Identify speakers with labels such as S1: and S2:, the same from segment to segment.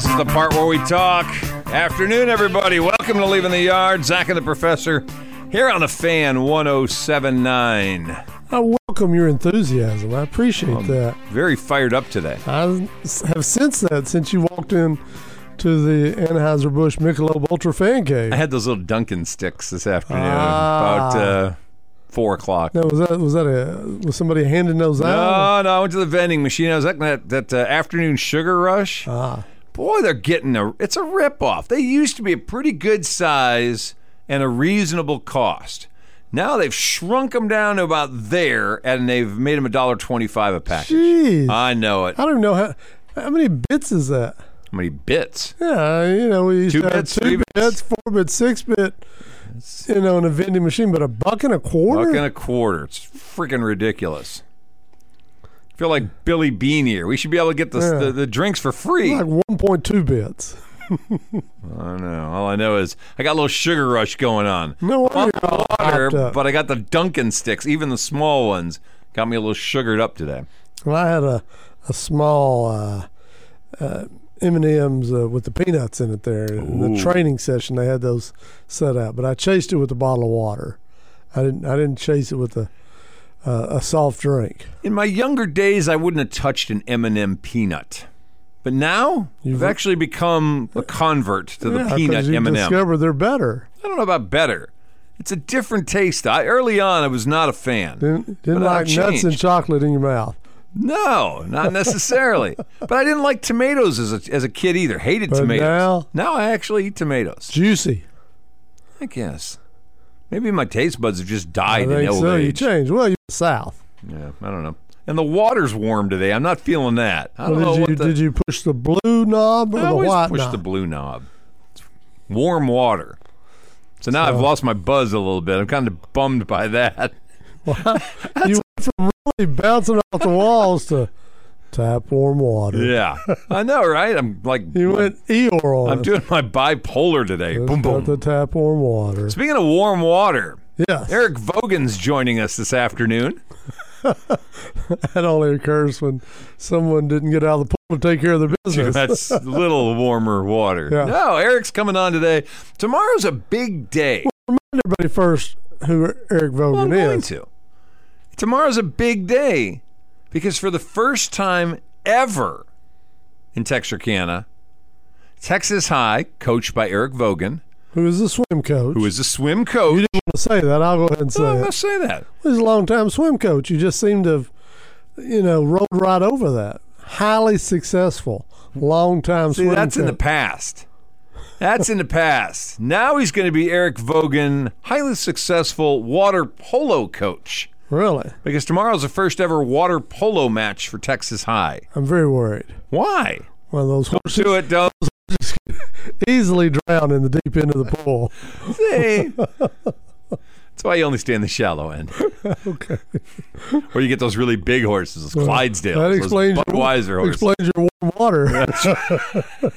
S1: Ah, part where we talk. Afternoon, everybody. Welcome to Leaving the Yard. Zach and the Professor here on the fan 1079.
S2: I welcome your enthusiasm. I appreciate
S1: Um,
S2: that.
S1: Very fired up today.
S2: I s- have sensed that since you walked in to the Anheuser-Busch Michelob Ultra Fan Cave.
S1: I had those little Duncan sticks this afternoon
S2: Ah.
S1: about uh, 4 o'clock.
S2: Now, was that was that a was somebody handing those out?
S1: No, no, I went to the vending machine. I was at that that uh, afternoon sugar rush.
S2: Ah.
S1: Boy, they're getting a it's a ripoff. They used to be a pretty good size and a reasonable cost. Now they've shrunk them down to about there, and they've made them a dollar twenty-five a package.
S2: Jeez.
S1: I know it.
S2: I
S1: How
S2: don't know how how many bits is that.
S1: many bits?
S2: Yeah, you know we used
S1: Two
S2: to have
S1: bits,
S2: two
S1: three
S2: bits,
S1: bits.
S2: four bits, six bit. You know, in a vending machine, but a buck and a quarter.
S1: Buck and a quarter. It's freaking ridiculous. I feel like Billy Bean here. We should be able to get the
S2: Yeah.
S1: the, the drinks for free.
S2: like one point two bits.
S1: I don't know. All I know is I got a little sugar rush going on.
S2: No wonder you're all
S1: water,
S2: hyped up.
S1: but I got the Dunkin' sticks, even the small ones. Got me a little sugared up today.
S2: Well, I had a a small uh, uh, M and M's uh, with the peanuts in it there. In the training session, they had those set out, but I chased it with a bottle of water. I didn't. I didn't chase it with a uh, a soft drink.
S1: In my younger days, I wouldn't have touched an M&M peanut, but now I've actually become a convert to the
S2: Yeah, Uh, 'cause
S1: peanut
S2: you
S1: M&M.
S2: discover they're better.
S1: I don't know about better. It's a different taste. I early on, I was not a fan.
S2: Didn't, didn't
S1: But I've
S2: like nuts and
S1: changed.
S2: chocolate in your mouth.
S1: No, not necessarily. but I didn't like tomatoes as a, as a kid either. Hated
S2: But
S1: tomatoes.
S2: now-
S1: now I actually eat tomatoes.
S2: Juicy.
S1: I guess. Maybe my taste buds have just died
S2: I
S1: in
S2: think
S1: old
S2: so. You
S1: age.
S2: change. Well, you're south.
S1: Yeah, I don't know. And the water's warm today. I'm not feeling that. I don't
S2: Well,
S1: know
S2: did
S1: what
S2: you
S1: the,
S2: did you push the blue knob or
S1: I
S2: the
S1: always
S2: white
S1: push
S2: knob?
S1: the blue knob. It's warm water. So now I've lost my buzz a little bit. I'm kind of bummed by that.
S2: you went from really bouncing off the walls to tap warm water.
S1: Yeah, I know, right? I'm like,
S2: You went Eeyore on
S1: I'm
S2: us.
S1: doing my bipolar today.
S2: Let's
S1: Boom,
S2: cut
S1: boom.
S2: The tap warm water.
S1: Speaking of warm water,
S2: Yes,
S1: Eric Vogan's joining us this afternoon.
S2: that only occurs when someone didn't get out of the pool to take care of their business.
S1: That's a little warmer water.
S2: Yeah.
S1: No, Eric's coming on today. Tomorrow's a big day.
S2: Everybody first, who Eric
S1: Well, I'm
S2: Vogan
S1: going
S2: is.
S1: to. Tomorrow's a big day because for the first time ever in Texarkana, Texas High, coached by Eric Vogan,
S2: Who is the swim coach?
S1: who is a swim coach.
S2: I'm gonna say that? I'll go ahead and say
S1: Oh, I
S2: it.
S1: must say that.
S2: He's a long-time swim coach. You just seem to have, you know, rolled right over that. Highly successful, long-time
S1: See,
S2: swim
S1: that's in the
S2: coach.
S1: past. That's in the past. Now he's going to be Eric Vogan, highly successful water polo coach.
S2: really,
S1: Because tomorrow's the first ever water polo match for Texas High.
S2: I'm very worried.
S1: Why?
S2: One of those horses
S1: Do it, don't
S2: easily drown in the deep end of the pool.
S1: See? That's why you only stay in the shallow end.
S2: Okay. Uh,
S1: Or you get those really big horses, those Clydesdales,
S2: That explains
S1: those
S2: your-
S1: Budweiser horses.
S2: Explains your warm water.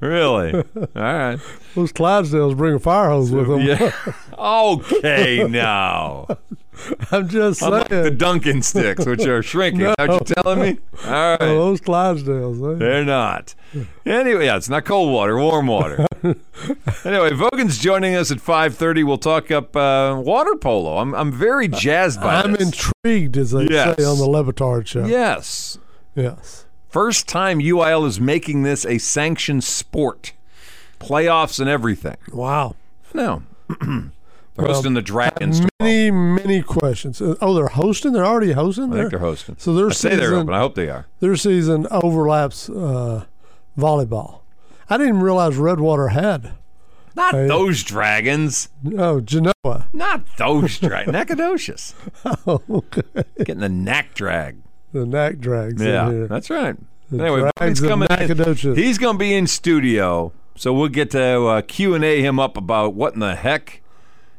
S1: really? All right.
S2: Those Clydesdales bring a fire hose with them.
S1: Yeah. Okay, now.
S2: I'm just saying.
S1: Unlike the Duncan sticks, which are shrinking. Is that what you're telling me? All
S2: Oh,
S1: right.
S2: those Clydesdales. Eh?
S1: They're not. Anyway, yeah, it's not cold water, warm water. anyway, Vogan's joining us at 5.30. We'll talk up uh, water polo. I'm, I'm very jazzed by
S2: I'm
S1: this.
S2: intrigued, as they
S1: Yes.
S2: say on the Levitard show.
S1: Yes.
S2: Yes.
S1: First time UIL is making this a sanctioned sport, playoffs and everything.
S2: Wow.
S1: No, they're hosting the Dragons. tomorrow.
S2: Many, many questions. Uh, Oh, they're hosting? They're already hosting?
S1: I think
S2: Their-
S1: they're hosting.
S2: So their
S1: I say they're
S2: season-
S1: open. I hope they are.
S2: Their season overlaps uh, volleyball. I didn't realize Redwater had.
S1: Not those Dragons.
S2: Oh, Genoa. Oh,
S1: Not those Dragons. Nacogdoches
S2: okay.
S1: getting the knack drag.
S2: The neck drags in
S1: Yeah,
S2: here.
S1: that's right. Anyway,
S2: Dragons
S1: he's
S2: of
S1: coming. In.
S2: Nacogdoches.
S1: He's going to be in studio, so we'll get to uh, Q and A him up about what in the heck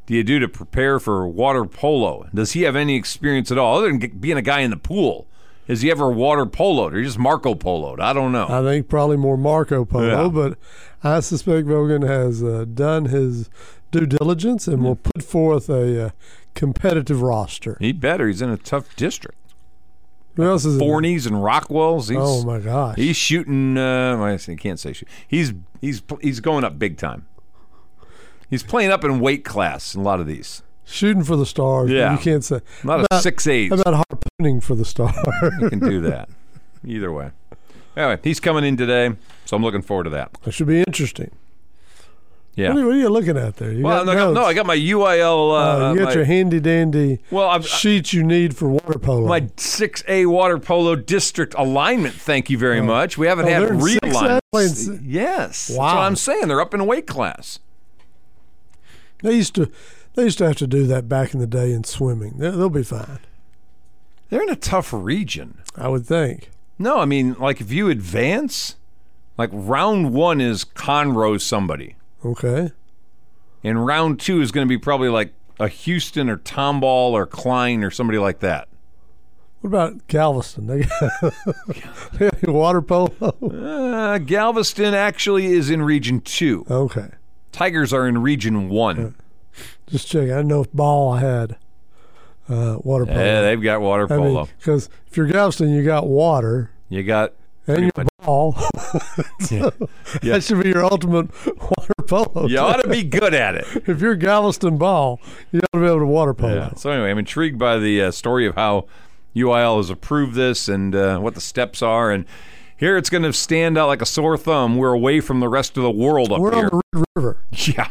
S1: do you do to prepare for water polo? Does he have any experience at all other than g- being a guy in the pool? Has he ever water poloed or he just Marco poloed? I don't know.
S2: I think probably more Marco Polo,
S1: Yeah.
S2: but I suspect Vogan has uh, done his due diligence and will put forth a uh, competitive roster.
S1: he better. He's in a tough district.
S2: Who else is in there?
S1: Forneys and Rockwells. He's,
S2: Oh my gosh.
S1: He's shooting. Uh, well, I say- can't say shoot. He's he's he's going up big time. He's playing up in weight class in a lot of these.
S2: Shooting for the stars. but
S1: Yeah.
S2: You can't say.
S1: A lot of
S2: About-
S1: six eights
S2: How about harpooning for the stars?
S1: can do that. Either way. Anyway, he's coming in today, so I'm looking forward to that.
S2: that should be interesting.
S1: Yeah.
S2: What, are, what are you looking at there? You
S1: well,
S2: got
S1: no, I got- no,
S2: notes.
S1: I got my UIL. Uh,
S2: Uh, you got
S1: my,
S2: your handy dandy
S1: well, I've,
S2: sheet you need for water polo.
S1: my 6A water polo district alignment. Thank you very much. We haven't
S2: Oh,
S1: had
S2: they're in 6A? Playing si-
S1: realignment. Yes. That's
S2: Wow.
S1: what I'm saying. They're up in weight class.
S2: they used to, they used to have to do that back in the day in swimming. They, they'll be fine,
S1: They're in a tough region.
S2: I would think.
S1: No, I mean, like if you advance, like round one is Conroe somebody,
S2: Okay,
S1: and round two is going to be probably like a Houston or Tomball or Klein or somebody like that.
S2: what about Galveston? They got, they got water polo.
S1: Uh, Galveston actually is in Region 2.
S2: Okay,
S1: Tigers are in Region 1.
S2: just check. I didn't know if ball had uh, water polo.
S1: Yeah, they've got water
S2: I
S1: polo.
S2: because if you're Galveston, you got water
S1: you got.
S2: and your ball. So,
S1: Yeah.
S2: That should be your ultimate water polo.
S1: You ought to be good at it.
S2: if you're Galveston ball, you ought to be able to water polo.
S1: Yeah. So, anyway, I'm intrigued by the uh, story of how UIL has approved this and uh, what the steps are. And here it's going to stand out like a sore thumb. We're away from the rest of the world up
S2: We're
S1: here.
S2: on the Red River.
S1: yeah.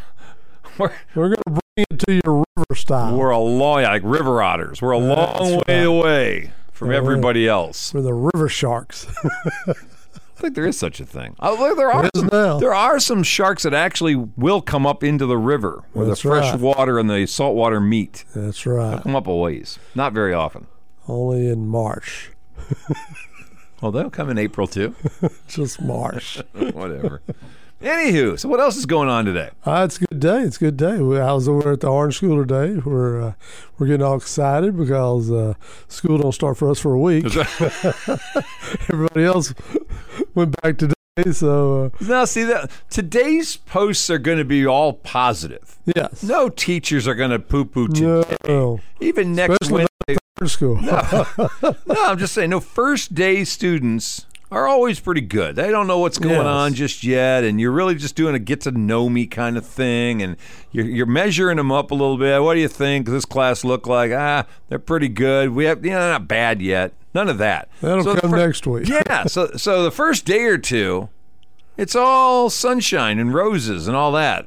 S1: We're,
S2: We're going to bring it to your river style.
S1: we're a long, like river otters, we're a long
S2: That's
S1: way
S2: right.
S1: away from everybody else.
S2: We're the river sharks.
S1: I think there is such a thing. Oh, there, there are
S2: There is
S1: some,
S2: now.
S1: there are some sharks that actually will come up into the river where
S2: That's
S1: the fresh
S2: right.
S1: water and the saltwater meet.
S2: That's right.
S1: Come up a ways, not very often.
S2: Only in March.
S1: Well, they'll come in April too.
S2: Just March.
S1: Whatever. Anywho, so what else is going on today?
S2: Uh, it's a good day. It's a good day. We- I was over at the Orange School today. We're uh, we're getting all excited because uh, school don't start for us for a week. Everybody else went back today. So uh,
S1: Now, see that today's posts are going to be all positive.
S2: yes,
S1: No teachers are going to poo-poo today.
S2: no, uh, no.
S1: Even next
S2: Especially
S1: Wednesday.
S2: Orange School.
S1: No, I'm just saying, no, first day students are always pretty good. They don't know what's going
S2: Yes.
S1: on just yet, and you're really just doing a get to know me kind of thing, and you're, you're measuring them up a little bit. What do you think? Does this class look like? Ah, they're pretty good. We have, you know, they're not bad yet. None of that.
S2: That'll
S1: So the
S2: come
S1: fir-
S2: next week.
S1: Yeah. So, so the first day or two, it's all sunshine and roses and all that.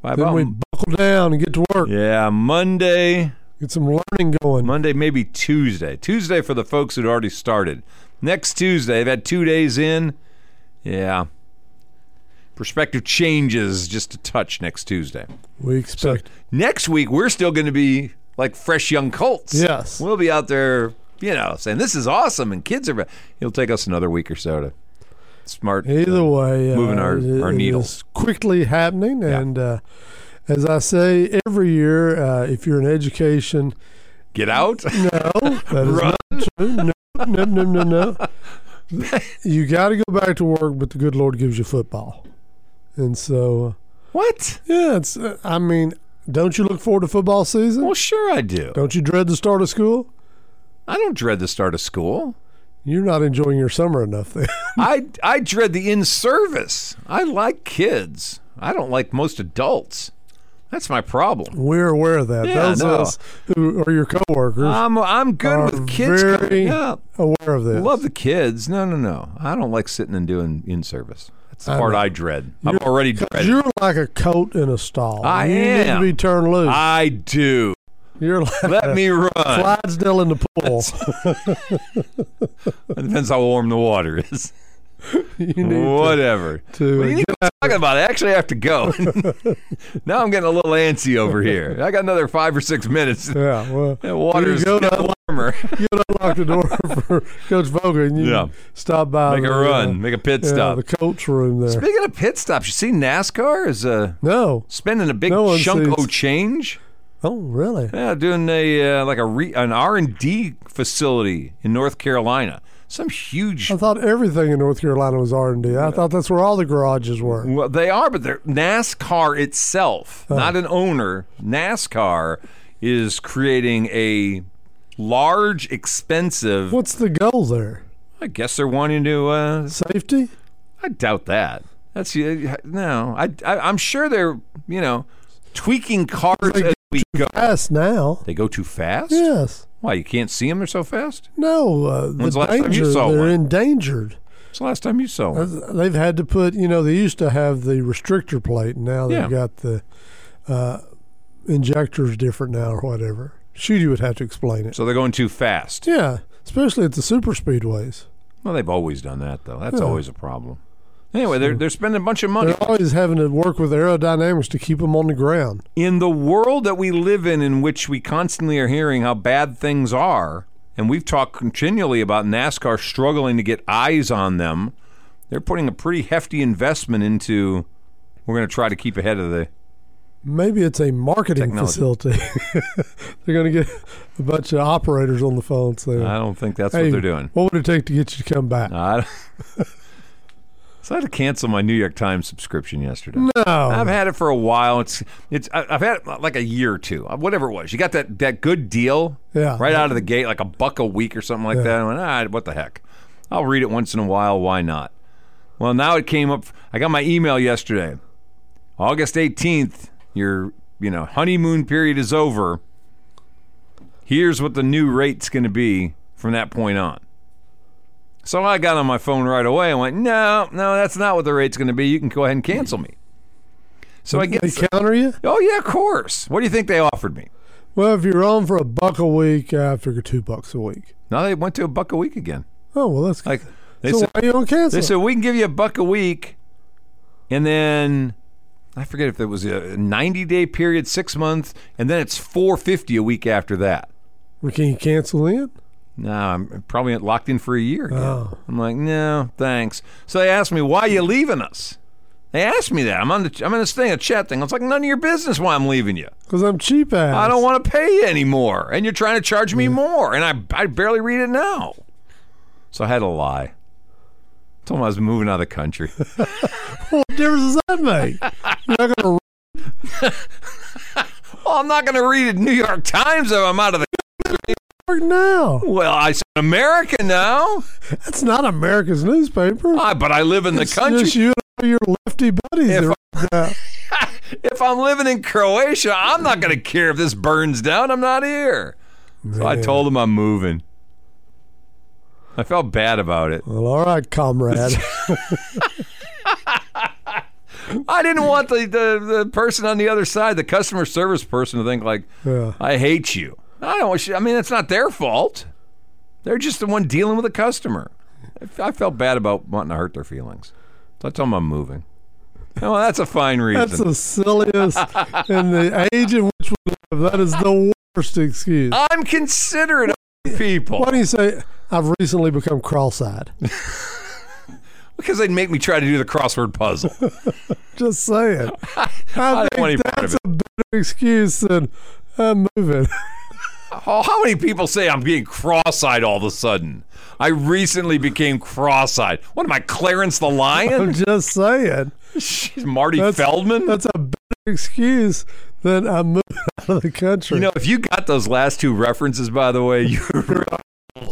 S1: By
S2: Then
S1: about-
S2: we buckle down and get to work.
S1: yeah, Monday.
S2: Get some learning going.
S1: Monday, maybe Tuesday. Tuesday for the folks who'd already started. Next Tuesday, they've had two days in. Yeah. Perspective changes just a touch next Tuesday.
S2: We expect.
S1: Next week, we're still going to be like fresh young colts.
S2: Yes.
S1: We'll be out there, you know, saying this is awesome and kids are. It'll take us another week or so to smart.
S2: Either way, uh,
S1: moving our-
S2: it-
S1: our
S2: it
S1: needle.
S2: is quickly happening, and uh, as I say every year, uh, if you're in education,
S1: Get out.
S2: no, that is not true. No, no, no, no, no. you got to go back to work, but the good Lord gives you football, and so uh,
S1: what?
S2: yeah, it's. uh, I mean, don't you look forward to football season?
S1: Well, sure I do.
S2: Don't you dread the start of school?
S1: I don't dread the start of school.
S2: You're not enjoying your summer enough. Then.
S1: I I dread the in service. I like kids. I don't like most adults. That's my problem.
S2: We're aware of that.
S1: Yeah,
S2: Those
S1: no.
S2: of us who are your coworkers
S1: I'm I'm good
S2: are
S1: with kids.
S2: very
S1: yeah,
S2: aware of this.
S1: love the kids. No, no, no. I don't like sitting and doing in service. That's the
S2: I
S1: part
S2: know.
S1: I dread. I'm already dreading.
S2: You're like a coat in a stall.
S1: I
S2: you need
S1: am.
S2: to be turned loose.
S1: I do.
S2: You're like
S1: Let me run.
S2: Clydesdale in the pool.
S1: It depends how warm the water is.
S2: you need to,
S1: Whatever.
S2: to
S1: What are you
S2: get-
S1: even talking about? I actually have to go. now I'm getting a little antsy over here. I got another five or six minutes.
S2: yeah. Well,
S1: That water's
S2: go to-
S1: getting warmer.
S2: you unlock the door for Coach Vogel and you
S1: Yeah.
S2: stop by.
S1: Make
S2: the,
S1: a run. Make a pit
S2: Uh, yeah,
S1: stop.
S2: the coach room there.
S1: Speaking of pit stops, you see NASCAR is uh,
S2: no.
S1: spending a big
S2: No one
S1: chunk
S2: sees.
S1: of change.
S2: Oh, really?
S1: Yeah, doing a uh, like a re- an R and D facility in North Carolina. Some huge.
S2: I thought everything in North Carolina was R and D. I thought that's where all the garages were.
S1: Well, they are, but they're NASCAR
S2: Oh.
S1: itself, not an owner. NASCAR is creating a large, expensive.
S2: What's the goal there?
S1: I guess they're wanting to. Uh,
S2: Safety?
S1: I doubt that. That's uh, no. I, I am sure they're you know tweaking cars
S2: They
S1: as we go.
S2: Fast now.
S1: They go too fast.
S2: Yes.
S1: Why you can't see them? They're so fast.
S2: No, uh, the
S1: When's the last time you
S2: danger,
S1: saw
S2: they're
S1: one?
S2: endangered.
S1: It's the last time you saw
S2: Uh,
S1: one.
S2: They've had to put, you know, they used to have the restrictor plate, and now they've
S1: Yeah.
S2: got the uh, injectors different now or whatever. Shooty would have to explain it.
S1: So they're going too fast.
S2: Yeah, especially at the super speedways.
S1: Well, they've always done that though. That's
S2: Yeah.
S1: always a problem. Anyway, they're they're spending a bunch of money.
S2: They're always having to work with aerodynamics to keep them on the ground.
S1: in the world that we live in, in which we constantly are hearing how bad things are, and we've talked continually about NASCAR struggling to get eyes on them, they're putting a pretty hefty investment into. We're going to try to keep ahead of the.
S2: Maybe it's a marketing
S1: Technology.
S2: facility. they're going to get a bunch of operators on the phone saying,
S1: I don't think Uh, that's
S2: "Hey,
S1: what they're doing. Uh,
S2: What would it take to get you to come back?
S1: I don't- so I had to cancel my New York Times subscription yesterday.
S2: No,
S1: I've had it for a while. It's it's I- I've had it like a year or two, uh, whatever it was. You got that that good deal,
S2: Yeah.
S1: right out of the gate, like a buck a week or something like that. I went, ah, what the heck? I'll read it once in a while. Why not? Well, now it came up. I got my email yesterday, August eighteenth. Your you know honeymoon period is over. Here's what the new rate's going to be from that point on. So I got on my phone right away and went, no, no, that's not what the rate's going to be. You can go ahead and cancel me. So I get,
S2: they counter you.
S1: oh yeah, of course. What do you think they offered me?
S2: Well, if you're on for a buck a week, I figure two bucks a week.
S1: Now they went to a buck a week again.
S2: Oh well, that's
S1: Like they
S2: so
S1: said,
S2: why you don't cancel?
S1: they said we can give you a buck a week, and then I forget if it was a ninety day period, six months, and then it's four fifty a week after that.
S2: Well, Can you cancel in?
S1: No, I'm probably locked in for a year. Again.
S2: Oh.
S1: I'm like, no, thanks. So they asked me, why you leaving us? They asked me that. I'm on the, I'm in this thing, a chat thing. I was like, none of your business why I'm leaving you.
S2: Because I'm cheap ass.
S1: I don't want to pay you anymore, and you're trying to charge me more, and I, I barely read it now. So I had to lie. Told him I was moving out of the country.
S2: What difference does that make? You're not gonna.
S1: well, I'm not going to read a New York Times if I'm out of the.
S2: Work now.
S1: Well, I'm America now,
S2: That's not America's newspaper.
S1: I, but I live in the
S2: It's
S1: country.
S2: just you and all your lefty buddies.
S1: If
S2: that write that.
S1: if I'm living in Croatia, I'm not going to care if this burns down. I'm not here. So I
S2: Man.
S1: told him I'm moving. I felt bad about it.
S2: Well, all right, comrade.
S1: I didn't want the, the, the person on the other side, the customer service person, to think like,
S2: Yeah.
S1: I hate you. I don't. want you- I mean, it's not their fault. They're just the one dealing with the customer. I f- I felt bad about wanting to hurt their feelings, so I told them I'm moving. Oh, Well, that's a fine reason.
S2: That's the silliest and the age in which we live. That is the worst excuse.
S1: I'm considerate of people.
S2: Why do you say I've recently become cross-eyed?
S1: Because they'd make me try to do the crossword puzzle.
S2: Just saying. I,
S1: don't
S2: think
S1: want any part of
S2: that's a better excuse than I'm moving.
S1: Oh, how many people say I'm being cross-eyed all of a sudden? I recently became cross-eyed. What am I, Clarence the
S2: I'm
S1: Lion?
S2: just saying.
S1: Jeez, Marty
S2: Oh, That's-
S1: Feldman?
S2: That's a better excuse than I'm moving out of the country.
S1: you know, if you got those last two references, by the way, you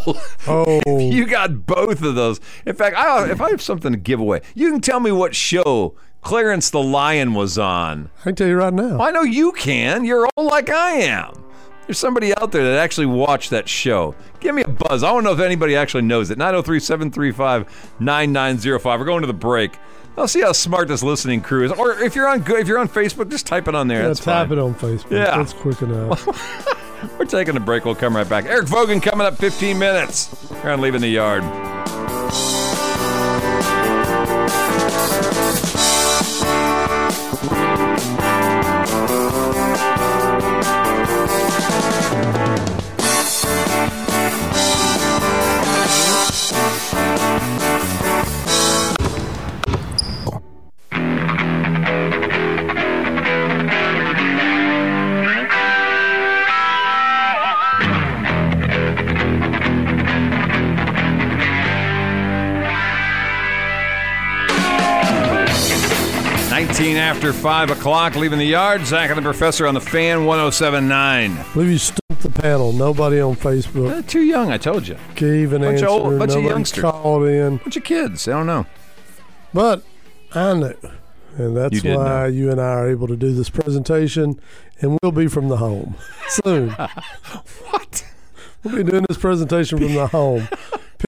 S2: oh,
S1: you got both of those. In fact, I, if I have something to give away, you can tell me what show Clarence the Lion was on.
S2: I can tell you right now.
S1: Well, I know you can. You're old like I am. There's somebody out there that actually watched that show. Give me a buzz. I want to know if anybody actually knows it. 903 735 9905. We're going to the break. I'll see how smart this listening crew is. Or if you're on good, if you're on Facebook, just type it on there.
S2: Yeah,
S1: That's
S2: tap
S1: fine.
S2: it on Facebook.
S1: Yeah.
S2: That's quick enough.
S1: We're taking a break. We'll come right back. Eric Vogan coming up 15 minutes. We're on leaving the yard.
S3: Thank
S1: after 5 o'clock, leaving the yard. Zach and the Professor on the fan 1079.
S2: believe you stumped the panel. Nobody on Facebook
S1: Uh, too young, I told you.
S2: gave an
S1: Bunch
S2: answer.
S1: of old- bunch of
S2: Nobody
S1: youngsters.
S2: called in.
S1: Bunch of kids. I don't know.
S2: But I knew.
S1: You
S2: And that's
S1: did
S2: why you and I are able to do this presentation, and we'll be from the home soon.
S1: What?
S2: we'll be doing this presentation from the home.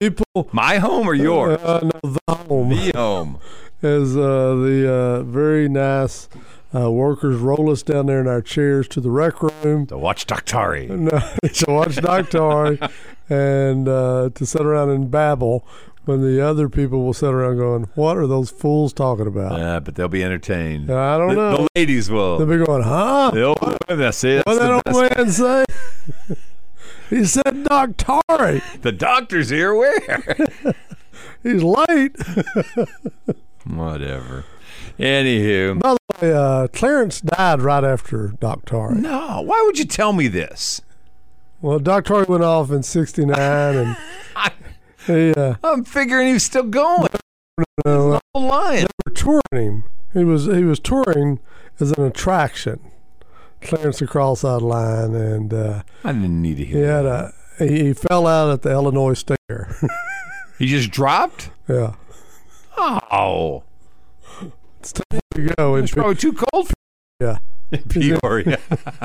S2: People,
S1: My home or yours?
S2: uh, no, the home
S1: The home.
S2: as uh, the uh, very nice uh, workers roll us down there in our chairs to the rec room
S1: The Watch Doctari.
S2: no, to watch Doctor and uh, to sit around and babble when the other people will sit around going, What are those fools talking about?
S1: Uh, but they'll be entertained.
S2: I don't
S1: The,
S2: know.
S1: the ladies will.
S2: They'll be going, Huh?
S1: The old women, see, that's
S2: What
S1: the,
S2: did
S1: best.
S2: that old man say? he said Doctor.
S1: The doctor's here. Where?
S2: He's late.
S1: Whatever. Anywho.
S2: By the way, uh, Clarence died right after Doctor.
S1: No. Why would you tell me this?
S2: Well, Doctor went off in '69, and
S1: I,
S2: he uh,
S1: I'm figuring he's still going.
S2: you know,
S1: I'm lying.
S2: were touring him. He was he was touring as an attraction. Clarence the Cross-Eyed Line, and uh,
S1: I didn't need to
S2: he
S1: hear.
S2: had a he, he fell out at the Illinois Stair.
S1: He just dropped.
S2: yeah,
S1: Oh,
S2: it's time to go. And
S1: it's probably Oh, too cold for
S2: yeah,
S1: Peoria.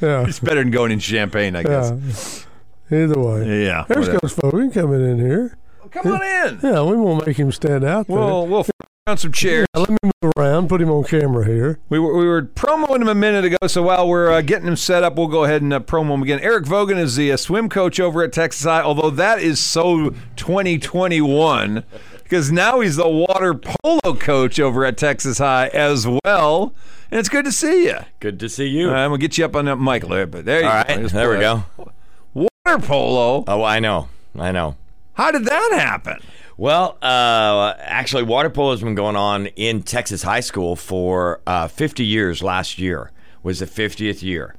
S2: yeah,
S1: it's better than going in champagne, I guess.
S2: yeah. Either way,
S1: Yeah.
S2: there's
S1: whatever.
S2: Coach Fogan coming in here.
S1: Come on in.
S2: Yeah, we won't make him stand out there.
S1: We'll we'll f- on some chairs.
S2: Now, let me move around, put him on camera here.
S1: We were, we were promoing him a minute ago, so while we're uh, getting him set up, we'll go ahead and uh, promo him again. Eric Vogan is the uh, swim coach over at Texas High, although that is so 2021 because now he's the water polo coach over at Texas High as well. And it's good to see you.
S3: Good to see you.
S1: All right, I'm gonna get you up on that mic, Larry. But there you
S3: Uh, All
S1: go.
S3: right,
S1: Just
S3: there we
S1: put
S3: go.
S1: Water polo.
S3: Oh, I know, I know.
S1: How did that happen?
S3: Well, uh, actually, water polo has been going on in Texas high school for uh, 50 years. Last year was the 50th year.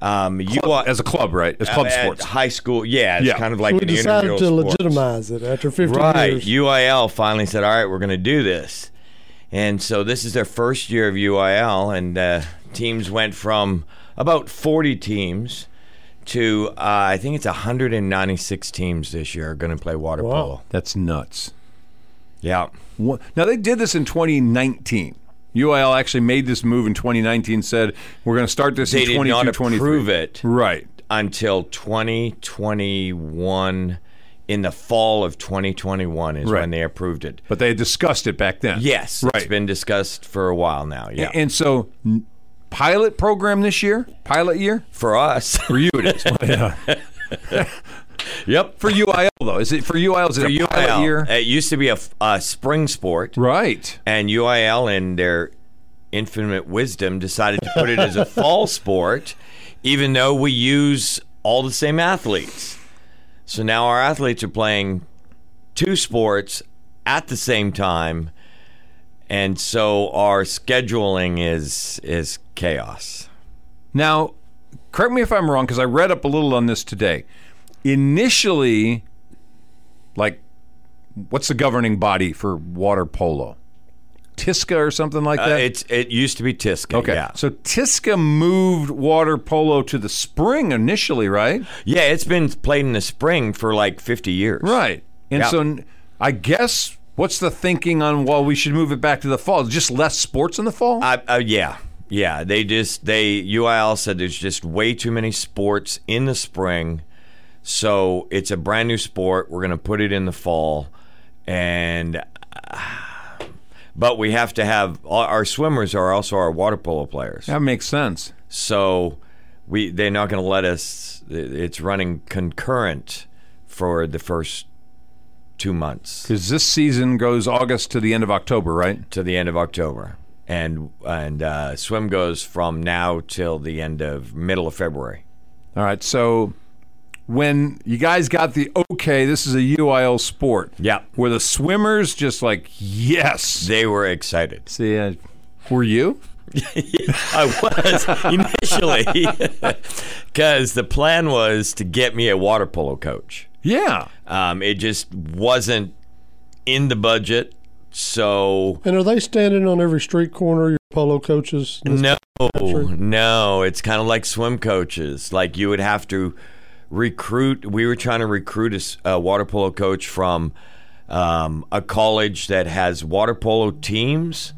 S3: Um, you are
S1: As a club, right? As club
S3: at
S1: sports.
S3: high school, yeah. It's
S1: Yeah.
S3: kind of like
S2: we
S3: an
S2: decided
S3: intramural
S2: to
S3: sports.
S2: legitimize it after 50
S3: Right.
S2: years.
S3: UIL finally said, all right, we're going to do this. And so this is their first year of UIL, and uh, teams went from about 40 teams to, uh, I think it's 196 teams this year are going to play water
S2: Wow.
S3: polo.
S1: That's nuts.
S3: Yeah.
S1: One- Now they did this in 2019. UIL actually made this move in 2019. Said we're going to start this
S3: They
S1: in
S3: did
S1: 22,
S3: not
S1: 23."
S3: approve it
S1: Right.
S3: until 2021. In the fall of 2021 is
S1: Right.
S3: when they approved it.
S1: But they discussed it back then.
S3: Yes,
S1: Right.
S3: it's been discussed for a while now. Yeah,
S1: And so, n- pilot program this year, pilot year
S3: for us.
S1: for you it is. yeah.
S3: yep,
S1: For UIL though, is it for UIL? Is it
S3: for
S1: a pilot
S3: UIL.
S1: year?
S3: It used to be a, f- a spring sport,
S1: Right.
S3: and UIL, in their infinite wisdom, decided to put it as a fall sport, even though we use all the same athletes. So now our athletes are playing two sports at the same time, and so our scheduling is is chaos.
S1: Now, correct me if I'm wrong because I read up a little on this today. Initially, like, what's the governing body for water polo? TISCA or something like
S3: Uh,
S1: that.
S3: it's it used to be Tisca.
S1: Okay.
S3: Yeah.
S1: So Tisca moved water polo to the spring initially, right?
S3: Yeah, it's been played in the spring for like 50 years.
S1: Right. And
S3: Yeah.
S1: so n- I guess what's the thinking on well we should move it back to the fall? Just less sports in the fall?
S3: I, uh, yeah, yeah. They just they UIL said there's just way too many sports in the spring, so it's a brand new sport. We're gonna put it in the fall, and uh, but we have to have our our swimmers are also our water polo players,
S1: that makes sense.
S3: so we they're not gonna let us. It's running concurrent for the first two months.
S1: Because this season goes August to the end of October, right?
S3: to the end of October, and and uh, swim goes from now till the end of middle of February.
S1: All right. So when you guys got the okay, this is a UIL sport.
S3: Yeah.
S1: Were the swimmers just like, yes?
S3: They were excited.
S1: See, uh, were you?
S3: I was initially because the plan was to get me a water polo coach.
S1: Yeah.
S3: Um, it just wasn't in the budget So
S2: And are they standing on every street corner? Your polo coaches?
S3: no,
S2: country?
S3: no, it's kind of like swim coaches. Like you would have to recruit. We were trying to recruit a s- a, water polo coach from um, a college that has water polo teams,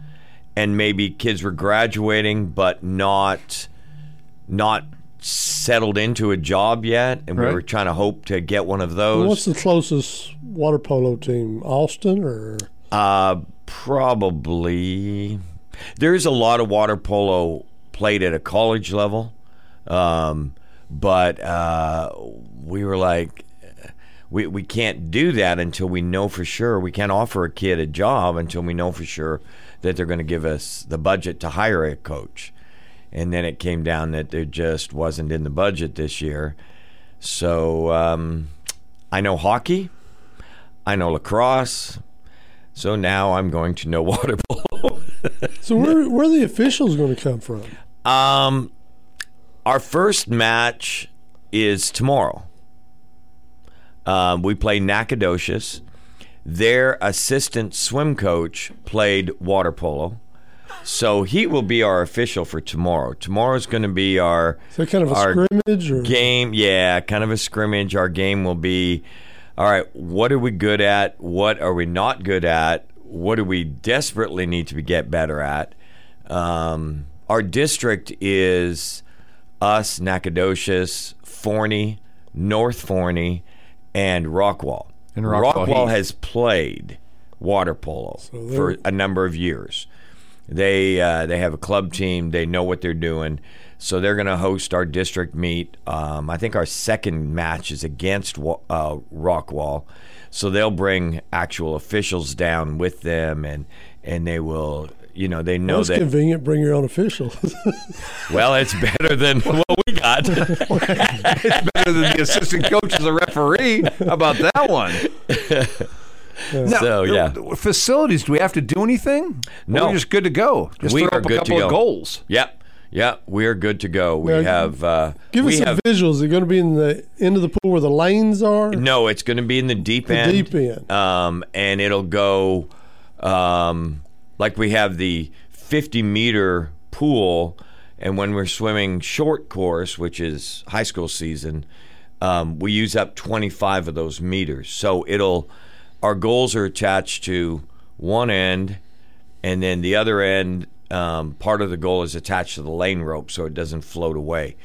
S3: and maybe kids were graduating but not not settled into a job yet, and we
S1: Right.
S3: were trying to hope to get one of those.
S2: What's the closest water polo team? Austin or
S3: Uh, probably. There's a lot of water polo played at a college level, um, but uh, we were like, we, we can't do that until we know for sure. We can't offer a kid a job until we know for sure that they're going to give us the budget to hire a coach. And then it came down that there just wasn't in the budget this year. So um, I know hockey, I know lacrosse, so now I'm going to know water polo.
S2: so? Where where are the officials going to come from?
S3: Um, our first match is tomorrow. Um, we play Nacogdoches. Their assistant swim coach played water polo. So he will be our official for tomorrow. Tomorrow's going to be our
S2: Is that kind of a
S3: Our
S2: scrimmage or
S3: game yeah kind of a scrimmage our game will be all right what are we good at what are we not good at what do we desperately need to be, get better at um, our district is us nacogdoches forney north forney and rockwall
S1: And Rockwall Heath.
S3: has played water polo
S2: they're-
S3: for a number of years they uh, they have a club team. They know what they're doing, so they're going to host our district meet. Um, I think our second match is against Wa- uh, Rockwall, so they'll bring actual officials down with them, and and they will. You know, they know
S2: That's
S3: that.
S2: convenient. Bring your own official.
S3: Well, it's better than what we got.
S1: Better than the assistant coach is a referee. How about that one? Now,
S3: So, yeah.
S1: the- the facilities. Do we have to do anything?
S3: No.
S1: we're just good to go. Just
S3: We
S1: throw
S3: are
S1: up
S3: good
S1: a
S3: to
S1: couple
S3: go.
S1: of goals.
S3: yep, yep, we are good to go. We
S2: Now,
S3: have. Uh,
S2: Give
S3: we
S2: us some
S3: have,
S2: visuals. Is it going to be in the end of the pool where the lanes are?
S3: No, it's going to be in the deep end.
S2: deep end.
S3: Um, and it'll go um, like we have the 50 meter pool. And when we're swimming short course, which is high school season, um, we use up 25 of those meters. So it'll, our goals are attached to one end, and then the other end, um, part of the goal is attached to the lane rope so it doesn't float away.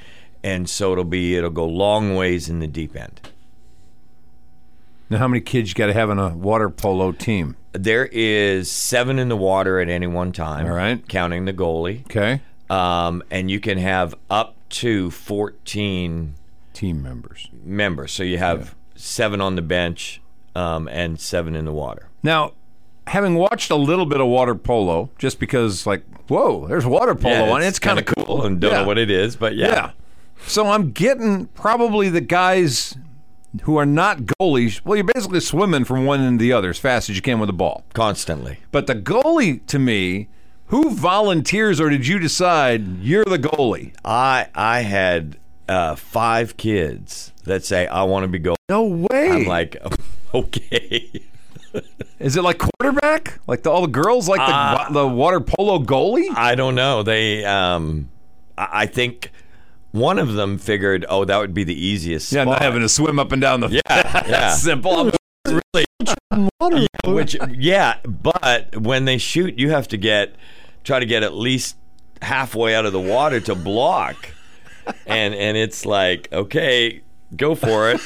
S3: And so it'll be, it'll go long ways in the deep end.
S1: Now, how many kids you got to have on a water polo team?
S3: There is seven in the water at any one time.
S1: All right.
S3: Counting the goalie.
S1: Okay,
S3: Um, and you can have up to 14
S1: team members.
S3: members. So you have seven on the bench um, and seven in the water.
S1: Now, having watched a little bit of water polo, just because, like, whoa, there's water polo, and it's kind of
S3: kinda cool. And don't
S1: Yeah.
S3: know what it is, but yeah.
S1: Yeah. So I'm getting probably the guys who are not goalies. Well, you're basically swimming from one end to the other as fast as you can with the ball.
S3: Constantly.
S1: But the goalie, to me, who volunteers or did you decide you're the goalie?
S3: I I had uh, five kids that say, I want to be goalie.
S1: No way.
S3: I'm like, okay.
S1: is it like quarterback? Like the, all the girls like the,
S3: Uh,
S1: the water polo goalie?
S3: I don't know. They, um, I I think one of them figured, oh, that would be the easiest.
S1: yeah,
S3: spot.
S1: not having to swim up and down the.
S3: Yeah, yeah.
S1: Simple. I'm-
S2: Water polo.
S3: Which, yeah, but when they shoot, you have to get try to get at least halfway out of the water to block, and and it's like, okay, go for it.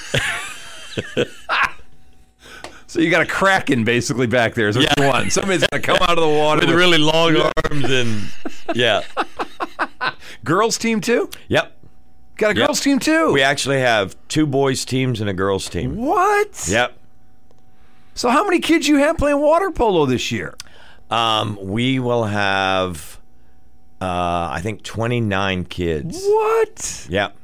S1: so you got a kraken basically back there. Is what you want. Somebody's got to come out of the water.
S3: With
S1: with-
S3: really long arms and yeah,
S1: girls team too?
S3: yep.
S1: Got a girls team too?
S3: We actually have two boys teams and a girls team.
S1: What?
S3: Yep.
S1: So how many kids you have playing water polo this year?
S3: Um, we will have, uh, I think, twenty nine kids.
S1: What?
S3: Yep.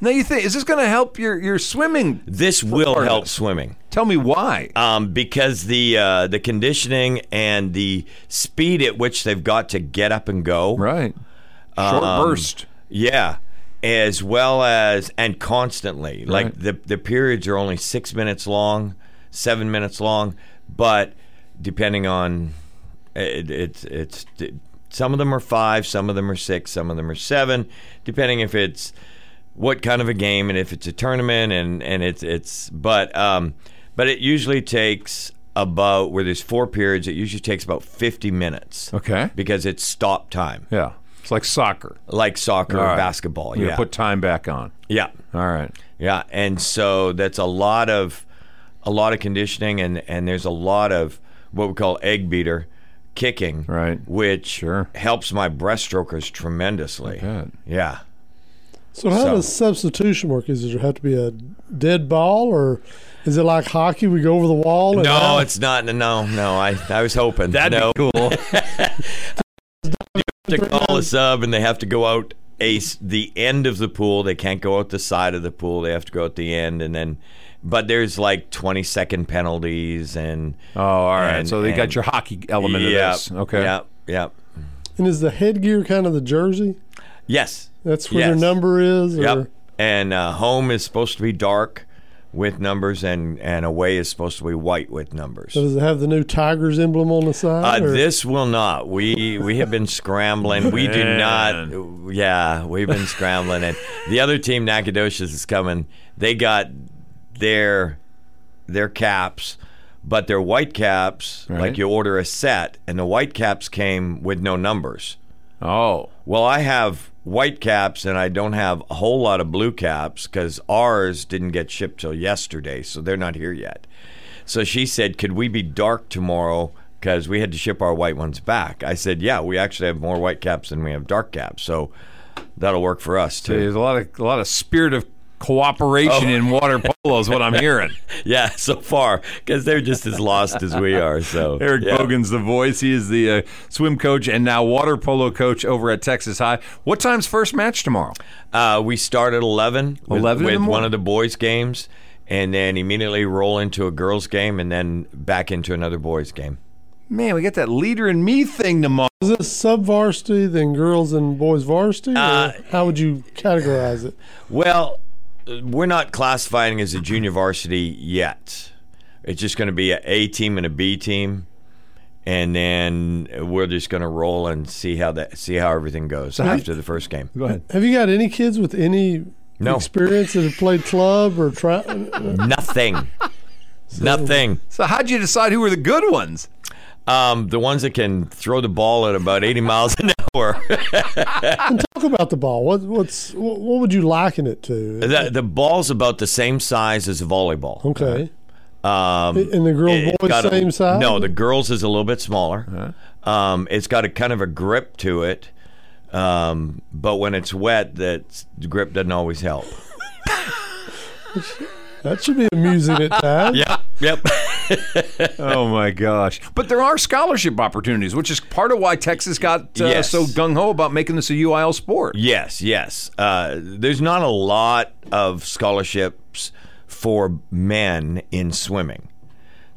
S1: Now you think is this going to help your your swimming?
S3: This will
S1: part of
S3: help
S1: it.
S3: swimming.
S1: Tell me why.
S3: um, because the uh, the conditioning and the speed at which they've got to get up and go,
S1: Right. Short
S3: Um,
S1: burst.
S3: Yeah, as well as and constantly. Like
S1: Right.
S3: the the periods are only six minutes long, seven minutes long, but depending on it, it's it's some of them are five, some of them are six, some of them are seven, depending if it's what kind of a game and if it's a tournament and and it's it's but um but it usually takes about where there's four periods it usually takes about 50 minutes
S1: Okay.
S3: because it's stop time
S1: Yeah. It's like soccer.
S3: like soccer
S1: All
S3: or
S1: right.
S3: basketball
S1: You
S3: yeah
S1: gotta put time back on.
S3: yeah
S1: All right.
S3: yeah and so that's a lot of a lot of conditioning and and there's a lot of what we call egg beater kicking
S1: Right.
S3: which
S1: Sure.
S3: helps my breaststrokers tremendously
S1: bet.
S3: yeah
S2: So how
S3: So-
S2: does substitution work? Is there have to be a dead ball, or is it like hockey? We go over the wall. and-
S3: no it's not no no i i was hoping no.
S1: cool.
S3: to call a sub and they have to go out ace the end of the pool. They can't go out the side of the pool. They have to go out the end and then but there's like 20 second penalties and
S1: oh, all right.
S3: And-
S1: so they
S3: and-
S1: got your hockey element
S3: Yep,
S1: of this. Okay.
S3: Yep. Yep.
S2: and is the headgear kind of the jersey?
S3: Yes.
S2: That's where their
S3: Yes.
S2: number is. Or,
S3: Yep. And uh, home is supposed to be dark with numbers and and away is supposed to be white with numbers.
S2: So does it have the new Tigers emblem on the
S3: Uh,
S2: side? or-
S3: this will not. We we have been scrambling. We do not. Yeah, we've been scrambling, and the other team, Nacogdoches, is coming. They got their their caps, but their white caps.
S1: Right.
S3: Like you order a set, and the white caps came with no numbers.
S1: Oh.
S3: Well, I have white caps, and I don't have a whole lot of blue caps because ours didn't get shipped till yesterday, so they're not here yet. So she said, "Could we be dark tomorrow?" Because we had to ship our white ones back. I said, "Yeah, we actually have more white caps than we have dark caps, so that'll work for us too."
S1: There's a lot of a lot of spirit of cooperation
S3: Oh.
S1: in water polo is what I'm hearing.
S3: Yeah, so far because they're just as lost as we are. So
S1: Eric
S3: yeah.
S1: Bogan's the voice. He is the uh, swim coach and now water polo coach over at Texas High. What time's first match tomorrow?
S3: Uh, we start at 11 with,
S1: 11 in the
S3: with one
S1: morning?
S3: of the boys' games and then immediately roll into a girls' game and then back into another boys' game.
S1: Man, we got that leader in me thing tomorrow.
S2: is this sub varsity, then girls and boys varsity? or
S3: Uh,
S2: how would you categorize it?
S3: Well, uh, we're not classifying as a junior varsity yet. It's just going to be a A team and a B team. And then we're just going to roll and see how that see how everything goes after the first game.
S1: Go ahead.
S2: Have you got any kids with any
S3: No.
S2: experience that have played club or tri- uh,
S3: Nothing. Nothing.
S1: So how'd you decide who were the good ones?
S3: Um, the ones that can throw the ball at about 80 miles an hour.
S2: Talk about the ball. What what's what, what would you liken it to?
S3: The, the ball's about the same size as a volleyball.
S2: Okay,
S3: Um,
S2: and the girls
S3: it's
S2: boys
S3: got a-
S2: same size.
S3: No, the girls is a little bit smaller. Um, it's got a kind of a grip to it, um, but when it's wet, that grip doesn't always help.
S2: that should be amusing at times.
S3: Yep. Yep.
S1: Oh my gosh! But there are scholarship opportunities, which is part of why Texas got uh,
S3: Yes.
S1: so gung ho about making this a UIL sport.
S3: yes. Yes. Uh, there's not a lot of scholarships for men in swimming.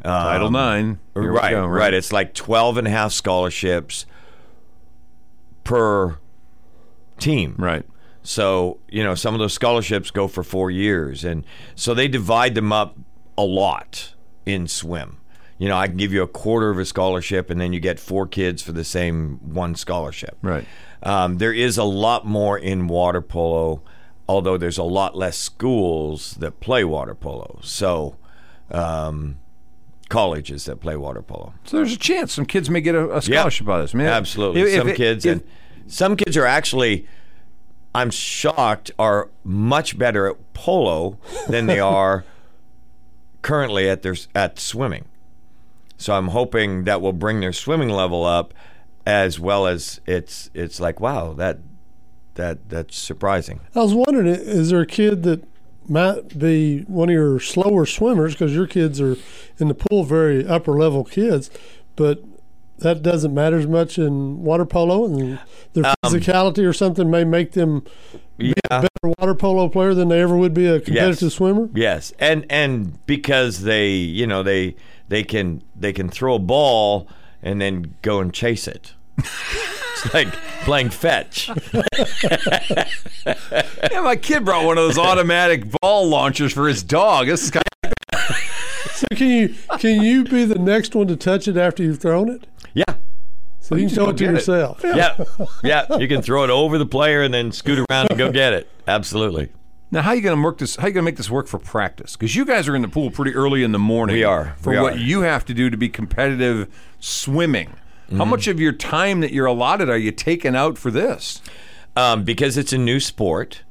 S1: Title nine, Here we
S3: right,
S1: go,
S3: right. It's like 12 and a half scholarships per team.
S1: right.
S3: So, you know, some of those scholarships go for four years. And so they divide them up a lot in swim. You know, I can give you a quarter of a scholarship and then you get four kids for the same one scholarship.
S1: Right.
S3: Um, there is a lot more in water polo, although there's a lot less schools that play water polo. So, um, colleges that play water polo.
S1: So there's a chance some kids may get a, a scholarship out of this. Man,
S3: Absolutely.
S1: If- if
S3: some
S1: it-
S3: kids
S1: if-
S3: and some kids are actually I'm shocked are much better at polo than they are currently at their at swimming. So I'm hoping that will bring their swimming level up as well as it's it's like wow, that that that's surprising.
S2: I was wondering, is there a kid that might be one of your slower swimmers because your kids are in the pool very upper level kids, but that doesn't matter as much in water polo, and their physicality or something may make them
S3: Yeah.
S2: a water polo player than they ever would be a competitive swimmer.
S3: Yes, and and because they, you know, they they can they can throw a ball and then go and chase it. it's like playing fetch.
S1: Yeah, my kid brought one of those automatic ball launchers for his dog. This is kind
S2: So can you can you be the next one to touch it after you've thrown it?
S3: Yeah.
S2: So you can
S1: just
S2: throw
S1: go
S2: it to
S1: get it.
S2: yourself.
S3: Yeah. Yeah. You can throw it over the player and then scoot around and go get it. Absolutely.
S1: Now, how you going to work this? How you going to make this work for practice? Because you guys are in the pool pretty early in the morning.
S3: We are.
S1: for
S3: We
S1: what
S3: are.
S1: you have to do to be competitive swimming. How much of your time that you're allotted are you taking out for this?
S3: um, because it's a new sport.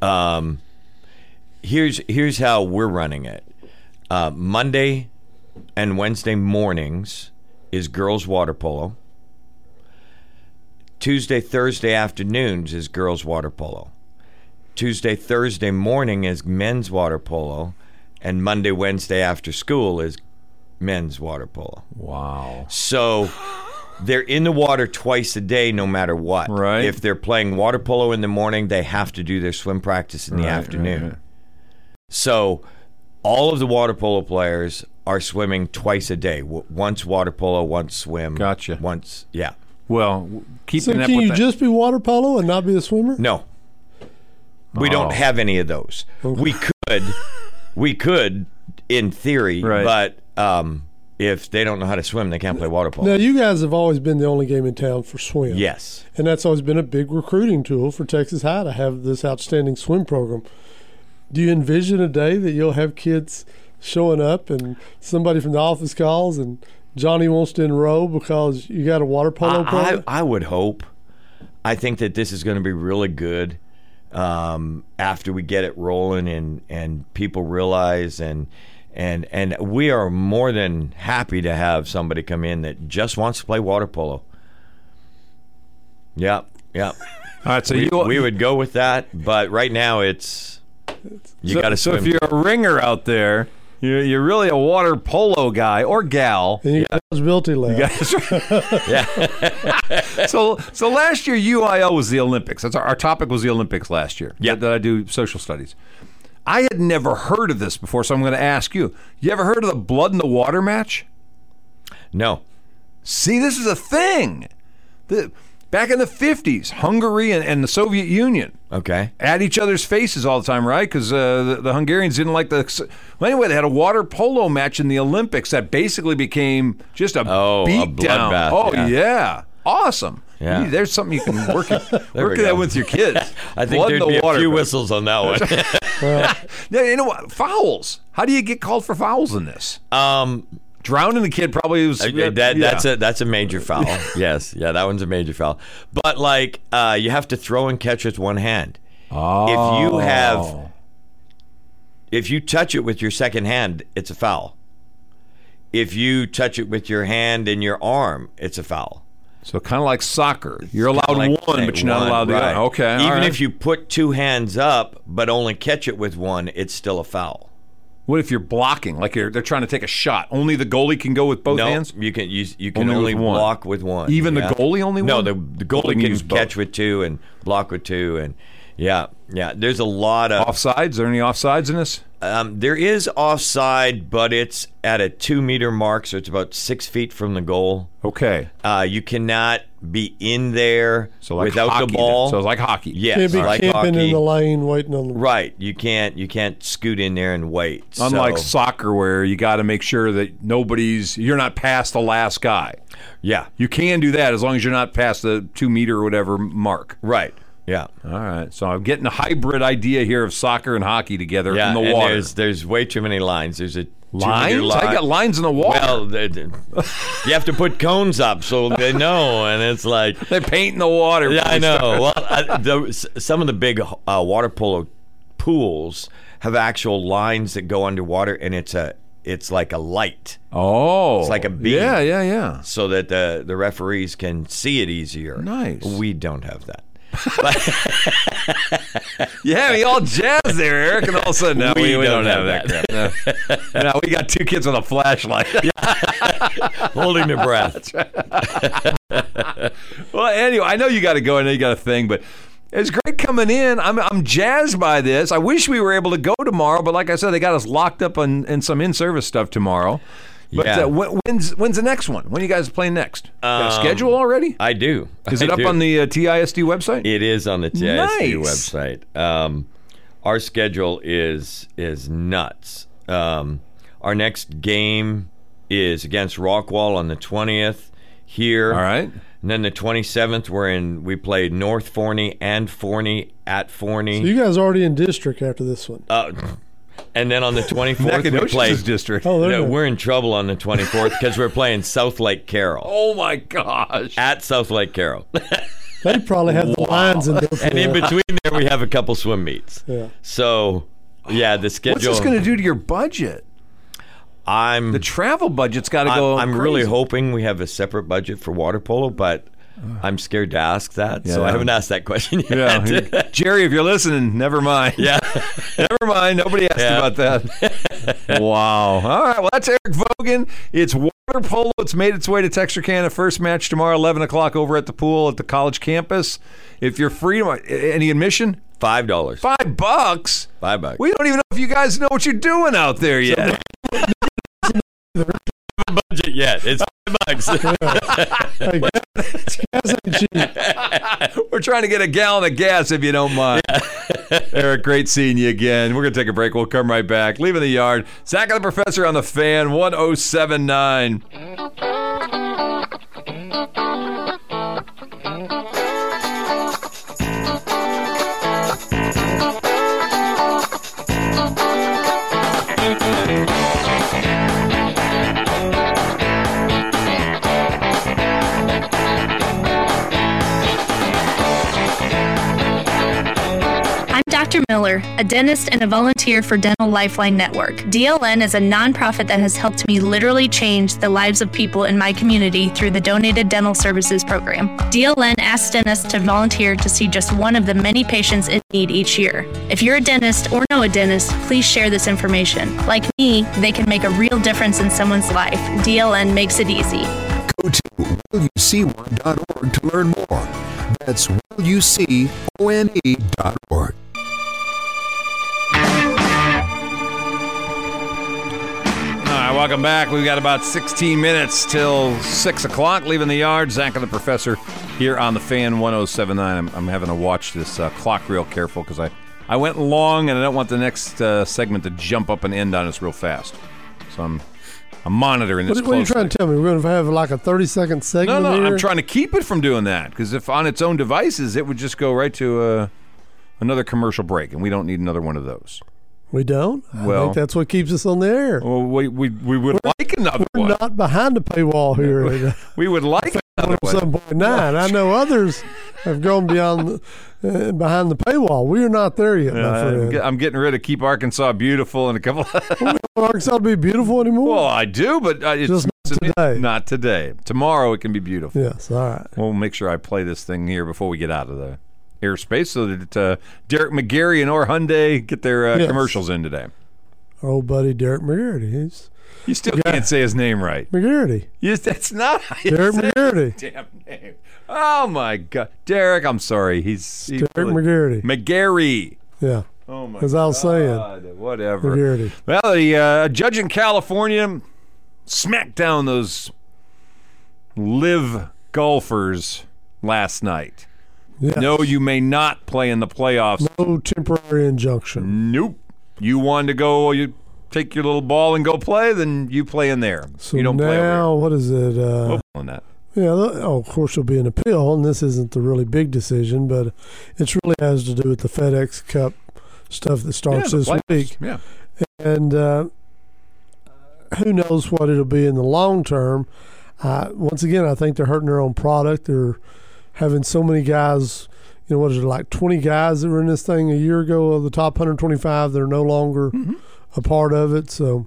S3: Um, here's here's how we're running it. Uh, Monday and Wednesday mornings is girls water polo. Tuesday, Thursday afternoons is girls water polo. Tuesday, Thursday morning is men's water polo, and Monday, Wednesday after school is men's water polo.
S1: Wow.
S3: So they're in the water twice a day, no matter what.
S1: Right.
S3: If they're playing water polo in the morning, they have to do their swim practice in the afternoon. So all of the water polo players are swimming twice a day. W- once water polo, once swim.
S1: Gotcha.
S3: Once, yeah.
S1: Well, w-
S2: So
S1: keeping up
S2: can
S1: with
S2: you
S1: that.
S2: just be water polo and not be a swimmer?
S3: No, we
S1: Oh.
S3: don't have any of those. We could, we could, in theory,
S1: Right.
S3: but um, if they don't know how to swim, they can't play water polo.
S2: Now you guys have always been the only game in town for swim.
S3: Yes.
S2: And that's always been a big recruiting tool for Texas High to have this outstanding swim program. Do you envision a day that you'll have kids showing up and somebody from the office calls and Johnny wants to enroll because you got a water polo
S3: I,
S2: program?
S3: I, I would hope. I think that this is going to be really good um, after we get it rolling and and people realize and and and we are more than happy to have somebody come in that just wants to play water polo. Yep, yep.
S1: All right, so
S3: We,
S1: you
S3: we would go with that, but right now it's you
S1: so,
S3: got to
S1: so
S3: swim.
S1: if you're a ringer out there, you're, you're really a water polo guy or gal.
S2: and you got eligibility left.
S1: so so last year UIL was the Olympics. That's our, our topic was the Olympics last year.
S3: Yeah.
S1: that, that I do social studies. I had never heard of this before, so I'm going to ask you. You ever heard of the blood in the water match?
S3: no,
S1: See, this is a thing. The, back in the 50s, Hungary and, and the Soviet Union
S3: okay,
S1: at each other's faces all the time, right? Because uh, the, the Hungarians didn't like the. Well, anyway, they had a water polo match in the Olympics that basically became just a
S3: Oh, a
S1: beat down.
S3: bloodbath,
S1: Oh
S3: yeah.
S1: yeah, awesome.
S3: Yeah.
S1: You- there's something you can work it,
S3: we
S1: work
S3: go.
S1: that with your kids.
S3: I think
S1: Blood in
S3: there'd
S1: the
S3: be
S1: water,
S3: a few
S1: but-
S3: whistles on that one.
S1: Yeah, you know what? Fouls. How do you get called for fouls in this?
S3: um,
S1: Drowning the kid probably was.
S3: Uh, Yeah, that,
S1: yeah.
S3: That's a that's a major foul. yes, yeah, that one's a major foul. But like, uh, you have to throw and catch with one hand.
S1: Oh.
S3: If you have, if you touch it with your second hand, it's a foul. If you touch it with your hand and your arm, it's a foul.
S1: So kind of like soccer, you're allowed
S3: Like,
S1: one,
S3: say
S1: but you're not
S3: one,
S1: allowed the
S3: right.
S1: other. Okay, all
S3: Even
S1: right.
S3: if you put two hands up but only catch it with one, it's still a foul.
S1: What if you're blocking? Like you're, they're trying to take a shot. Only the goalie can go with both
S3: No,
S1: hands.
S3: you can you, you can
S1: Only
S3: only,
S1: with one.
S3: block with one.
S1: Even
S3: yeah.
S1: the goalie only.
S3: No,
S1: one?
S3: the, the goalie
S1: Goalie
S3: can
S1: use both.
S3: catch with two and block with two, and yeah, yeah. There's a lot of
S1: offsides. Are there any offsides in this?
S3: um, there is offside, but it's at a two meter mark, so it's about six feet from the goal.
S1: Okay,
S3: Uh, you cannot be in there
S1: so like
S3: without
S1: hockey
S3: the
S1: then.
S3: ball.
S1: So it's like hockey.
S3: yes,
S2: Can't be
S3: like
S2: camping
S3: hockey.
S2: in the lane waiting on the
S3: right. You can't you can't scoot in there and wait.
S1: Unlike
S3: so,
S1: soccer, where you got to make sure that nobody's, you're not past the last guy.
S3: yeah,
S1: You can do that as long as you're not past the two meter or whatever mark.
S3: right, yeah.
S1: All right. So I'm getting a hybrid idea here of soccer and hockey together
S3: Yeah,
S1: in the
S3: and
S1: water.
S3: There's, there's way too many lines. There's a
S1: lines?
S3: Line.
S1: I got lines in the water.
S3: Well, they- they- you have to put cones up so they know, and it's like,
S1: They're painting the water.
S3: yeah, I know. Well, I, the, s- some of the big uh, water polo pools have actual lines that go underwater, and it's a, it's like a light,
S1: Oh, it's
S3: like a beam.
S1: Yeah, yeah, yeah.
S3: so that the the referees can see it easier.
S1: Nice.
S3: We don't have that.
S1: Yeah, we all jazz there, Eric, and all of a sudden now we,
S3: We
S1: we don't,
S3: don't
S1: have,
S3: have
S1: that crap. No. No, we got two kids with a flashlight.
S3: Holding their breath.
S1: well, anyway, I know you got to go. I know you got a thing, but it's great coming in. I'm I'm jazzed by this. I wish we were able to go tomorrow, but like I said, they got us locked up on in some in service stuff tomorrow. But
S3: Yeah.
S1: uh, when, when's when's the next one? When you guys play next? Got a
S3: Um,
S1: schedule already?
S3: I do.
S1: Is it
S3: I
S1: up
S3: do.
S1: on the uh, TISD website?
S3: It is on the TISD
S1: Nice.
S3: website. Um, our schedule is is nuts. Um, Our next game is against Rockwall on the 20th here.
S1: All right.
S3: And then the 27th, we're in, we played North Forney and Forney at Forney.
S2: You guys already in district after this one.
S3: Uh, and then on the 24th, we play.
S1: Nacogdoches district.
S2: Oh, there
S3: No,
S2: you go.
S3: we're in trouble on the 24th because we're playing South Lake Carroll.
S1: Oh my gosh.
S3: At South Lake Carroll.
S2: they probably had the lines in there. for
S3: and in
S2: that.
S3: between there, we have a couple swim meets.
S2: Yeah.
S3: So, yeah, the schedule.
S1: What's this going to do to your budget?
S3: I'm,
S1: The travel budget's got to
S3: I'm,
S1: go.
S3: I'm really
S1: crazy.
S3: hoping we have a separate budget for water polo, but I'm scared to ask that.
S1: Uh.
S3: so, I
S1: Yeah.
S3: haven't asked that question yet.
S1: Yeah, Jerry, if you're listening, never mind.
S3: yeah.
S1: Never mind. Nobody asked
S3: Yeah.
S1: about that. wow. All right. Well, that's Eric Vogan. It's water polo. It's made its way to Texarkana. First match tomorrow, 11 o'clock over at the pool at the college campus. If you're free, tomorrow- a- any admission?
S3: Five dollars.
S1: Five bucks?
S3: Five bucks.
S1: We don't even know if you guys know what you're doing out there yet.
S3: budget yet. It's five bucks.
S2: Hey, guys ain't cheap.
S1: We're trying to get a gallon of gas if you don't mind. Eric, great seeing you again. We're going to take a break. We'll come right back. Leaving the yard. Zach and the Professor on the fan, 1079.
S4: I'm Dr. Miller, a dentist and a volunteer for Dental Lifeline Network. DLN is a nonprofit that has helped me literally change the lives of people in my community through the donated dental services program. DLN asks dentists to volunteer to see just one of the many patients in need each year. If you're a dentist or know a dentist, please share this information. Like me, they can make a real difference in someone's life. DLN makes it easy.
S5: go to willuc1.org to learn more. That's
S1: E
S5: willucone.org.
S1: All right, welcome back. We've got about 16 minutes till 6 o'clock, leaving the yard. Zach and the Professor here on the Fan 1079. I'm, I'm having to watch this uh, clock real careful because I, I went long and I don't want the next uh, segment to jump up and end on us real fast. So I'm, I'm monitoring this
S2: What, what are you
S1: closely.
S2: trying to tell me? We're going to have like a 30 second
S1: No,
S2: segment
S1: no,
S2: here?
S1: I'm trying to keep it from doing that because if on its own devices, it would just go right to uh, another commercial break, and we don't need another one of those.
S2: We don't? I
S1: Well-
S2: think that's what keeps us on the air.
S1: Well, we, we, we would like another
S2: We're
S1: one.
S2: not behind the paywall here. at,
S1: we would like another
S2: uh,
S1: one.
S2: 107.9. I know others have gone beyond the, uh, behind the paywall. We are not there yet, my
S1: Uh, I'm
S2: friend.
S1: ge- I'm getting rid of "Keep Arkansas Beautiful" and a couple.
S2: Will Arkansas be beautiful anymore?
S1: well, I do, but uh, it's
S2: Just not
S1: it's-
S2: today.
S1: Not today. Tomorrow it can be beautiful.
S2: yes, all right.
S1: We'll make sure I play this thing here before we get out of the airspace, so that uh, Derek McGarry and Or Hyundai get their uh,
S2: Yes.
S1: commercials in today.
S2: Our old buddy Derek McGarity. He's
S1: You still can't say his name right.
S2: McGarity.
S1: You, that's not
S2: Derek
S1: his
S2: McGarity.
S1: damn name. Oh my God, Derek! I'm sorry. He's he
S2: Derek
S1: really-
S2: McGarity.
S1: McGarry.
S2: Yeah.
S1: Oh my
S2: As I was saying,
S1: God, whatever.
S2: McGarity.
S1: Well, the uh, judge in California smacked down those live golfers last night.
S2: Yes.
S1: No, you may not play in the playoffs.
S2: No temporary
S1: Mm.
S2: injunction.
S1: Nope. You wanted to go, you take your little ball and go play, then you play in there.
S2: So
S1: you don't play over here. Oh.
S2: now, what is it? Uh,
S1: We'll play on that.
S2: Yeah, tho- oh, of course, there'll be an appeal, and this isn't the really big decision, but it really has to do with the FedEx Cup stuff that
S1: Yeah,
S2: starts
S1: the
S2: this
S1: playoffs.
S2: week.
S1: Yeah.
S2: And uh, who knows what it'll be in the long term. Uh, once again, I think they're hurting their own product. They're having so many guys, you know, what is it, like 20 guys that were in this thing a year ago of the top 125 that are no longer
S1: Mm-hmm.
S2: a part of it. So,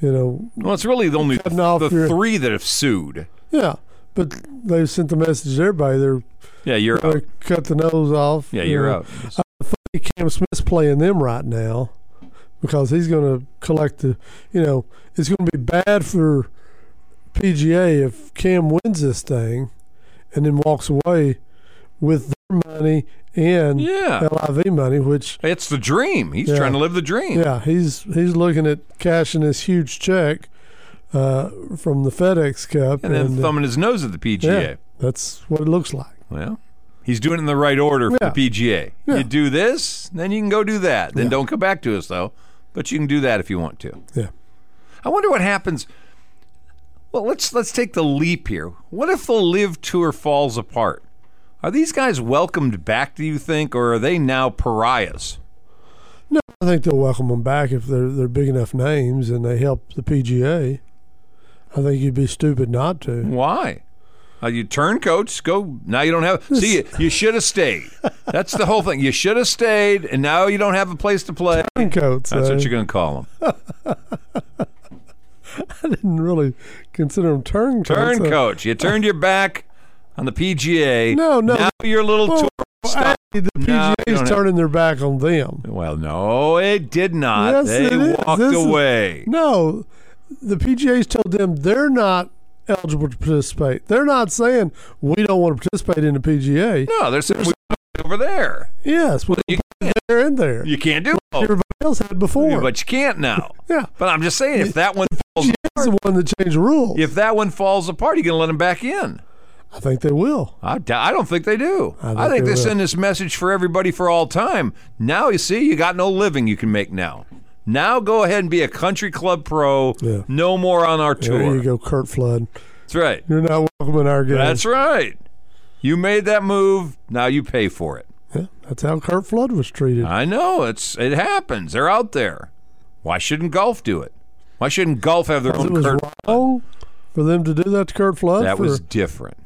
S2: you know,
S1: Well, it's really the only
S2: Cutting off
S1: the
S2: your-
S1: three that have sued.
S2: yeah. But they sent the message to everybody. They're
S1: Yeah, you're
S2: They
S1: out.
S2: cut the nose off.
S1: Oh. Yeah,
S2: you
S1: you're
S2: know.
S1: out.
S2: I think Cam Smith's playing them right now because he's going to collect the. You know, it's going to be bad for PGA if Cam wins this thing and then walks away with their money and
S1: Yeah.
S2: LIV money, which
S1: It's the dream. He's
S2: Yeah.
S1: trying to live the dream.
S2: yeah, he's he's looking at cashing this huge check uh, from the FedEx Cup,
S1: And then
S2: uh,
S1: thumbing his nose at the PGA.
S2: yeah, that's what it looks like.
S1: Well, he's doing it in the right order for
S2: Yeah.
S1: the PGA.
S2: Yeah.
S1: You do this, then you can go do that. Then don't come back to us though. But you can do that if you want to.
S2: Yeah.
S1: I wonder what happens. Well, let's let's take the leap here. What if the live tour falls apart? Are these guys welcomed back? Do you think, or are they now pariahs?
S2: I think they'll welcome them back if they're they're big enough names and they help the PGA. I think you'd be stupid not
S1: Mm.
S2: to.
S1: Why? Uh, you turncoats go now. You don't have. See, you, you should have stayed. That's the whole thing. You should have stayed, and now you don't have a place to play.
S2: Turncoats.
S1: That's
S2: though.
S1: what you're going to call them.
S2: I didn't really consider them turncoats.
S1: Turncoat. You turned your back on the PGA.
S2: No, no.
S1: Now your little
S2: Well,
S1: tour.
S2: I-
S1: stop.
S2: the
S1: No,
S2: PGA's
S1: you don't have-
S2: turning their back on them.
S1: Well, no, it did not.
S2: Yes,
S1: they
S2: it is.
S1: walked
S2: This is-
S1: away.
S2: No, the PGA's told them they're not eligible to participate. They're not saying we don't want to participate in the PGA.
S1: no, there's something over there.
S2: Yes, well,
S1: You
S2: they're in there.
S1: You can't do it.
S2: Everybody else had before.
S1: But you can't now.
S2: yeah,
S1: But I'm just saying, if that one falls,
S2: he's the one that changed rules.
S1: if that one falls apart, you're going to let them back in.
S2: I think they will.
S1: I, d- I don't think they do. I
S2: I
S1: think,
S2: think
S1: they,
S2: they will.
S1: send this message for everybody for all time. Now you see, you got no living you can make now. Now go ahead and be a country club pro.
S2: Yeah.
S1: No more on our
S2: There
S1: tour.
S2: you go, Kurt Flood.
S1: That's right.
S2: You're not welcome in our game.
S1: That's right. You made that move. Now you pay for it.
S2: Yeah, that's how Kurt Flood was treated.
S1: I know it's it happens. They're out there. Why shouldn't golf do it? Why shouldn't golf have their
S2: it
S1: own
S2: was
S1: cur-
S2: wrong for them to do that to Kurt Flood.
S1: That
S2: for,
S1: was different.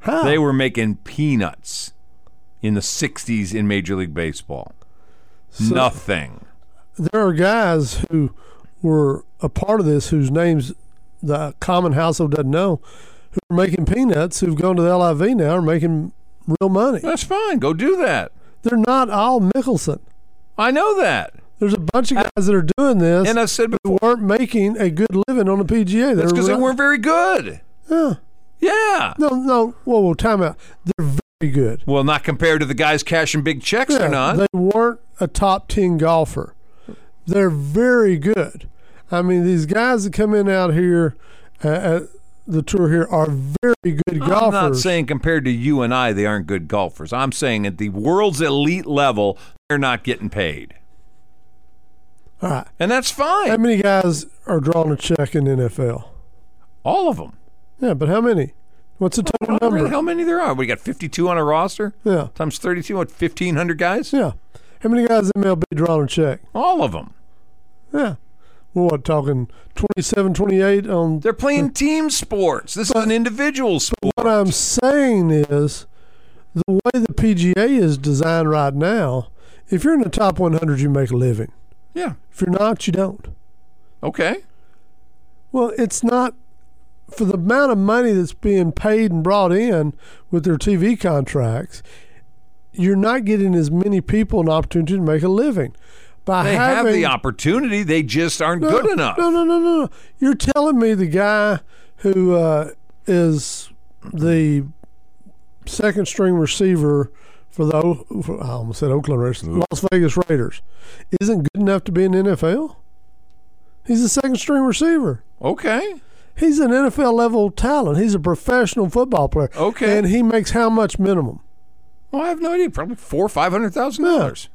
S2: how?
S1: They were making peanuts in the 60s in Major League Baseball. Nothing.
S2: there are guys who were a part of this whose names the common household doesn't know who are making peanuts who've gone to the LIV now are making real money.
S1: That's fine. Go do that.
S2: They're not all Mickelson.
S1: I know that.
S2: There's a bunch of guys that are doing this
S1: And I've said before,
S2: who weren't making a good living on the PGA.
S1: that's because they
S2: not-
S1: weren't very good.
S2: Yeah.
S1: Yeah.
S2: No, no. Whoa, whoa, time out. They're very good.
S1: Well, not compared to the guys cashing big checks,
S2: Yeah,
S1: they're not.
S2: They weren't a top 10 golfer. They're very good. I mean, these guys that come in out here uh, at the tour here are very good golfers.
S1: I'm not saying compared to you and I, they aren't good golfers. I'm saying at the world's elite level, they're not getting paid.
S2: All right.
S1: And that's fine.
S2: How many guys are drawing a check in NFL?
S1: All of them.
S2: Yeah, but how many? What's the total
S1: I don't know
S2: number?
S1: how many there are. We got 52 on a roster
S2: Yeah.
S1: times 32, what, 1,500 guys?
S2: Yeah. How many guys in MLB drawing a check?
S1: All of them.
S2: Yeah. We're what, talking 27, 28 on
S1: They're playing team sports. This is an individual sport.
S2: What I'm saying is, the way the PGA is designed right now, if you're in the top 100, you make a living.
S1: Yeah.
S2: If you're not, you don't.
S1: Okay.
S2: Well, it's not for the amount of money that's being paid and brought in with their TV contracts. You're not getting as many people an opportunity to make a living by
S1: They have
S2: having
S1: the opportunity. They just aren't
S2: No,
S1: good enough.
S2: No, no, no, no. no. You're telling me the guy who uh, is the second string receiver for the O- for, I almost said Oakland Raiders, Las Vegas Raiders, isn't good enough to be in the NFL. He's a second string receiver.
S1: Okay.
S2: He's an NFL level talent. He's a professional football player.
S1: Okay.
S2: and he makes how much minimum?
S1: Well, I have no idea. Probably four or five hundred thousand dollars.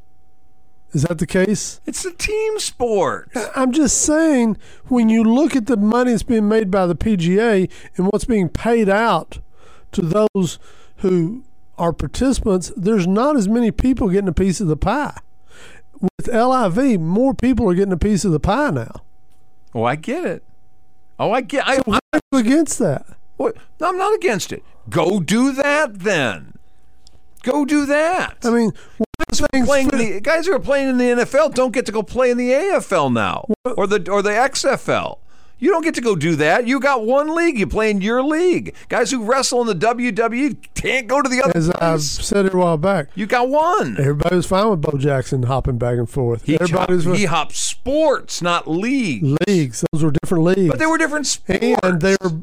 S2: Is that the case?
S1: It's a team sport.
S2: I'm just saying, when you look at the money that's being made by the PGA and what's being paid out to those who are participants, there's not as many people getting a piece of the pie. With LIV, more people are getting a piece of the pie now.
S1: Oh, I get it. Oh, I get. I, I,
S2: I'm against that.
S1: what- no, I'm not against it. Go do that then. Go do that.
S2: I mean, one of the things
S1: playing
S2: fit-
S1: in the guys who are playing in the NFL don't get to go play in the AFL now or the or the XFL. You don't get to go do that. You got one league. You play in your league. Guys who wrestle in the WWE can't go to the other.
S2: as I
S1: place.
S2: said it a while back,
S1: you got one.
S2: everybody was fine with Bo Jackson hopping back and forth.
S1: He
S2: everybody
S1: chopped,
S2: was
S1: he hopped sports, not league.
S2: leagues. Those were different leagues.
S1: But they were different sports.
S2: And they were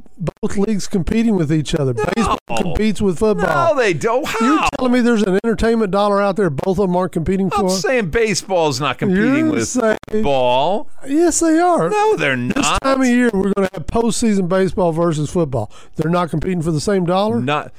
S2: both leagues competing with each other. Baseball competes with
S1: no,
S2: football.
S1: they don't.
S2: You're
S1: How?
S2: telling me there's an entertainment dollar out there both of them aren't competing
S1: I'm
S2: for?
S1: saying baseball's not competing
S2: You're
S1: with
S2: saying-
S1: football.
S2: yes, they are.
S1: No, they're
S2: This
S1: not.
S2: time of year, we're going to have postseason baseball versus football. They're not competing for the same dollar?
S1: Not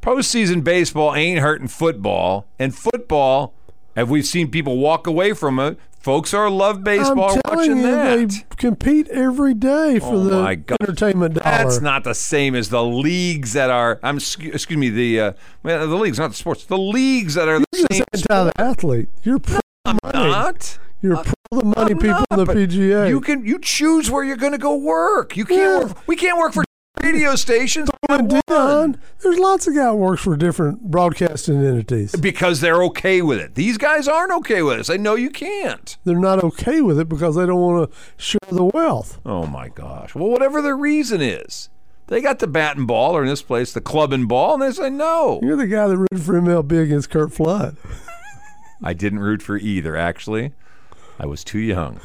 S1: postseason baseball ain't hurting football, and football, have we seen people walk away from it? Folks are love baseball
S2: I'm telling
S1: watching
S2: you,
S1: that.
S2: they compete every day for
S1: Oh
S2: the
S1: my God.
S2: entertainment dollar.
S1: That's not the same as the leagues that are. I'm sc- excuse me. The uh, well, the leagues, not the sports. The leagues that are the
S2: You're
S1: same.
S2: just anti-athlete. You're pro the money.
S1: Not
S2: You're pro the money
S1: I'm
S2: people
S1: not,
S2: in the
S1: but
S2: PGA.
S1: You can you choose where you're going to go work. You can't.
S2: Yeah.
S1: Work, we can't work for radio stations
S2: And Dion, there's lots of guys that works for different broadcasting entities.
S1: because they're okay with it. These guys aren't okay with it. They know you can't.
S2: They're not okay with it because they don't want to share the wealth.
S1: Oh my gosh. Well, whatever the reason is, they got the bat and ball, or in this place, the club and ball, and they say no.
S2: You're the guy that rooted for MLB against Kurt Flood.
S1: I didn't root for either, actually. I was too young.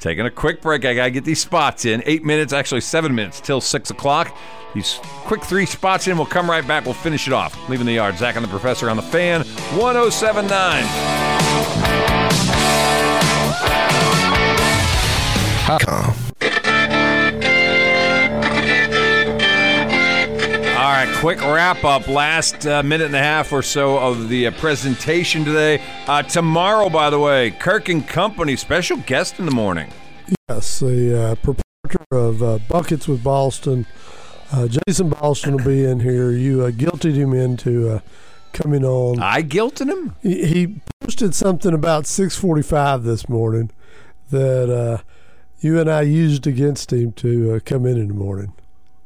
S1: Taking a quick break. I got to get these spots in. Eight minutes, actually, seven minutes till six o'clock. These quick three spots in. We'll come right back. We'll finish it off. Leaving the yard. Zach and the professor on the fan 1079. All right, quick wrap up. Last uh, minute and a half or so of the uh, presentation today. Uh, tomorrow, by the way, Kirk and Company special guest in the morning.
S2: Yes, the uh, proprietor of uh, Buckets with Boston, uh, Jason Boston, will be in here. You uh, guilted him into uh, coming on.
S1: I guilted him.
S2: He he posted something about 6:45 this morning that uh, you and I used against him to uh, come in in the morning.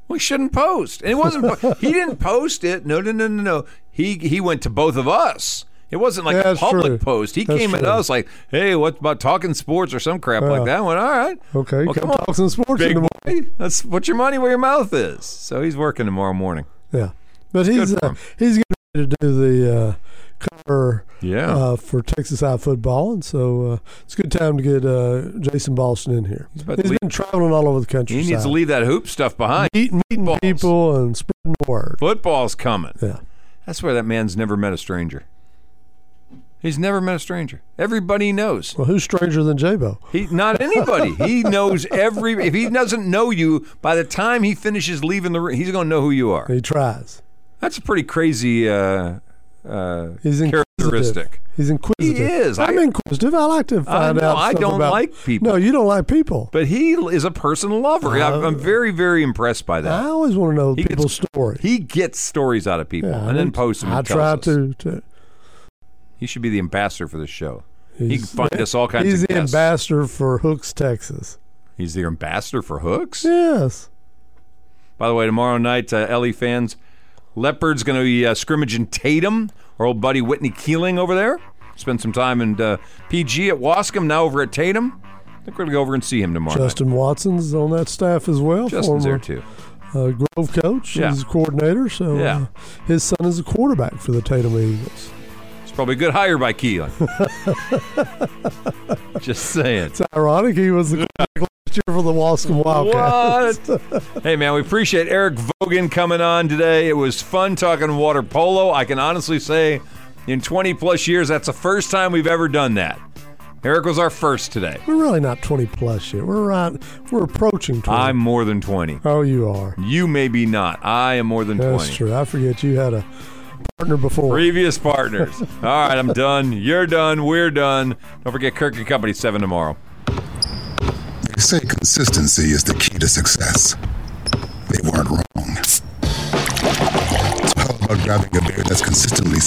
S1: We shouldn't post. And it wasn't. po- he didn't post it. No, no, no, no, no. He he went to both of us. It wasn't like
S2: Yeah,
S1: a
S2: that's
S1: public
S2: true.
S1: post. He
S2: That's
S1: came at
S2: true.
S1: us like, "Hey, what about talking sports or some crap like
S2: Yeah.
S1: that?" I went, "All right,
S2: Okay,
S1: Well,
S2: come
S1: come on,
S2: talk some sports in
S1: big
S2: the morning.
S1: boy, let's put your money where your mouth is." So he's working tomorrow morning.
S2: Yeah, but he's
S1: Good for
S2: uh,
S1: him.
S2: he's going to do the uh, cover
S1: Yeah.
S2: uh, for Texas High football, and so uh, it's a good time to get uh, Jason Boston in here.
S1: about to
S2: he's
S1: leave.
S2: been traveling all over the
S1: he
S2: country.
S1: needs to leave that hoop stuff behind.
S2: meeting, meeting
S1: Balls.
S2: people and spreading the word.
S1: Football's coming.
S2: Yeah,
S1: That's where that man's never met a stranger. He's never met a stranger. Everybody knows.
S2: well, who's stranger than Jabo?
S1: He not anybody. he knows every. If he doesn't know you, by the time he finishes leaving the room, he's going to know who you are.
S2: He tries.
S1: That's a pretty crazy uh, uh,
S2: He's inquisitive.
S1: characteristic.
S2: He's inquisitive.
S1: He is.
S2: I'm
S1: I-
S2: inquisitive. I like to find
S1: know.
S2: out.
S1: I
S2: stuff
S1: don't
S2: about-
S1: like people.
S2: No, you don't like people.
S1: But he is a person lover.
S2: Uh-huh.
S1: I'm, I'm very, very impressed by
S2: I
S1: that.
S2: always want to know
S1: uh, He gets-
S2: people's story.
S1: He gets stories out of people
S2: Yeah,
S1: and then
S2: I-
S1: posts them. and
S2: I
S1: tells
S2: try
S1: us.
S2: to. to
S1: He should be the ambassador for this show. He can
S2: he's-
S1: find us all kinds
S2: He's
S1: of
S2: the
S1: guests.
S2: ambassador for Hooks, Texas.
S1: he's the ambassador for hooks.
S2: Yes.
S1: By the way, tomorrow night, uh, LE fans, Leopard's going to be uh, scrimmaging Tatum, our old buddy Whitney Keeling over there. Spend some time in uh, PG at Wascom, now over at Tatum. I think we're going to go over and see him tomorrow. night.
S2: Justin Watson's on that staff as well.
S1: Justin's there
S2: former,
S1: too.
S2: Uh, Grove coach.
S1: Yeah.
S2: He's a coordinator. So
S1: Yeah.
S2: uh, his son is a quarterback for the Tatum Eagles.
S1: It's probably a good hire by Keeling. Just saying.
S2: It's ironic he was the quarterback last year for the Wascom Wildcats.
S1: What? hey, man, we appreciate Eric Vogan coming on today. It was fun talking water polo. I can honestly say, in 20 plus years, that's the first time we've ever done that. Eric was our first today.
S2: We're really not 20 plus yet. We're right. We're approaching 20.
S1: I'm more than 20.
S2: oh, you are.
S1: You may be not. I am more than
S2: That's
S1: 20.
S2: true. I forget you had a partner before.
S1: Previous partners. All right, I'm done. You're done. We're done. Don't forget Kirk and Company 7 tomorrow.
S5: They say consistency is the key to success. They weren't wrong. So how about grabbing a beer that's consistently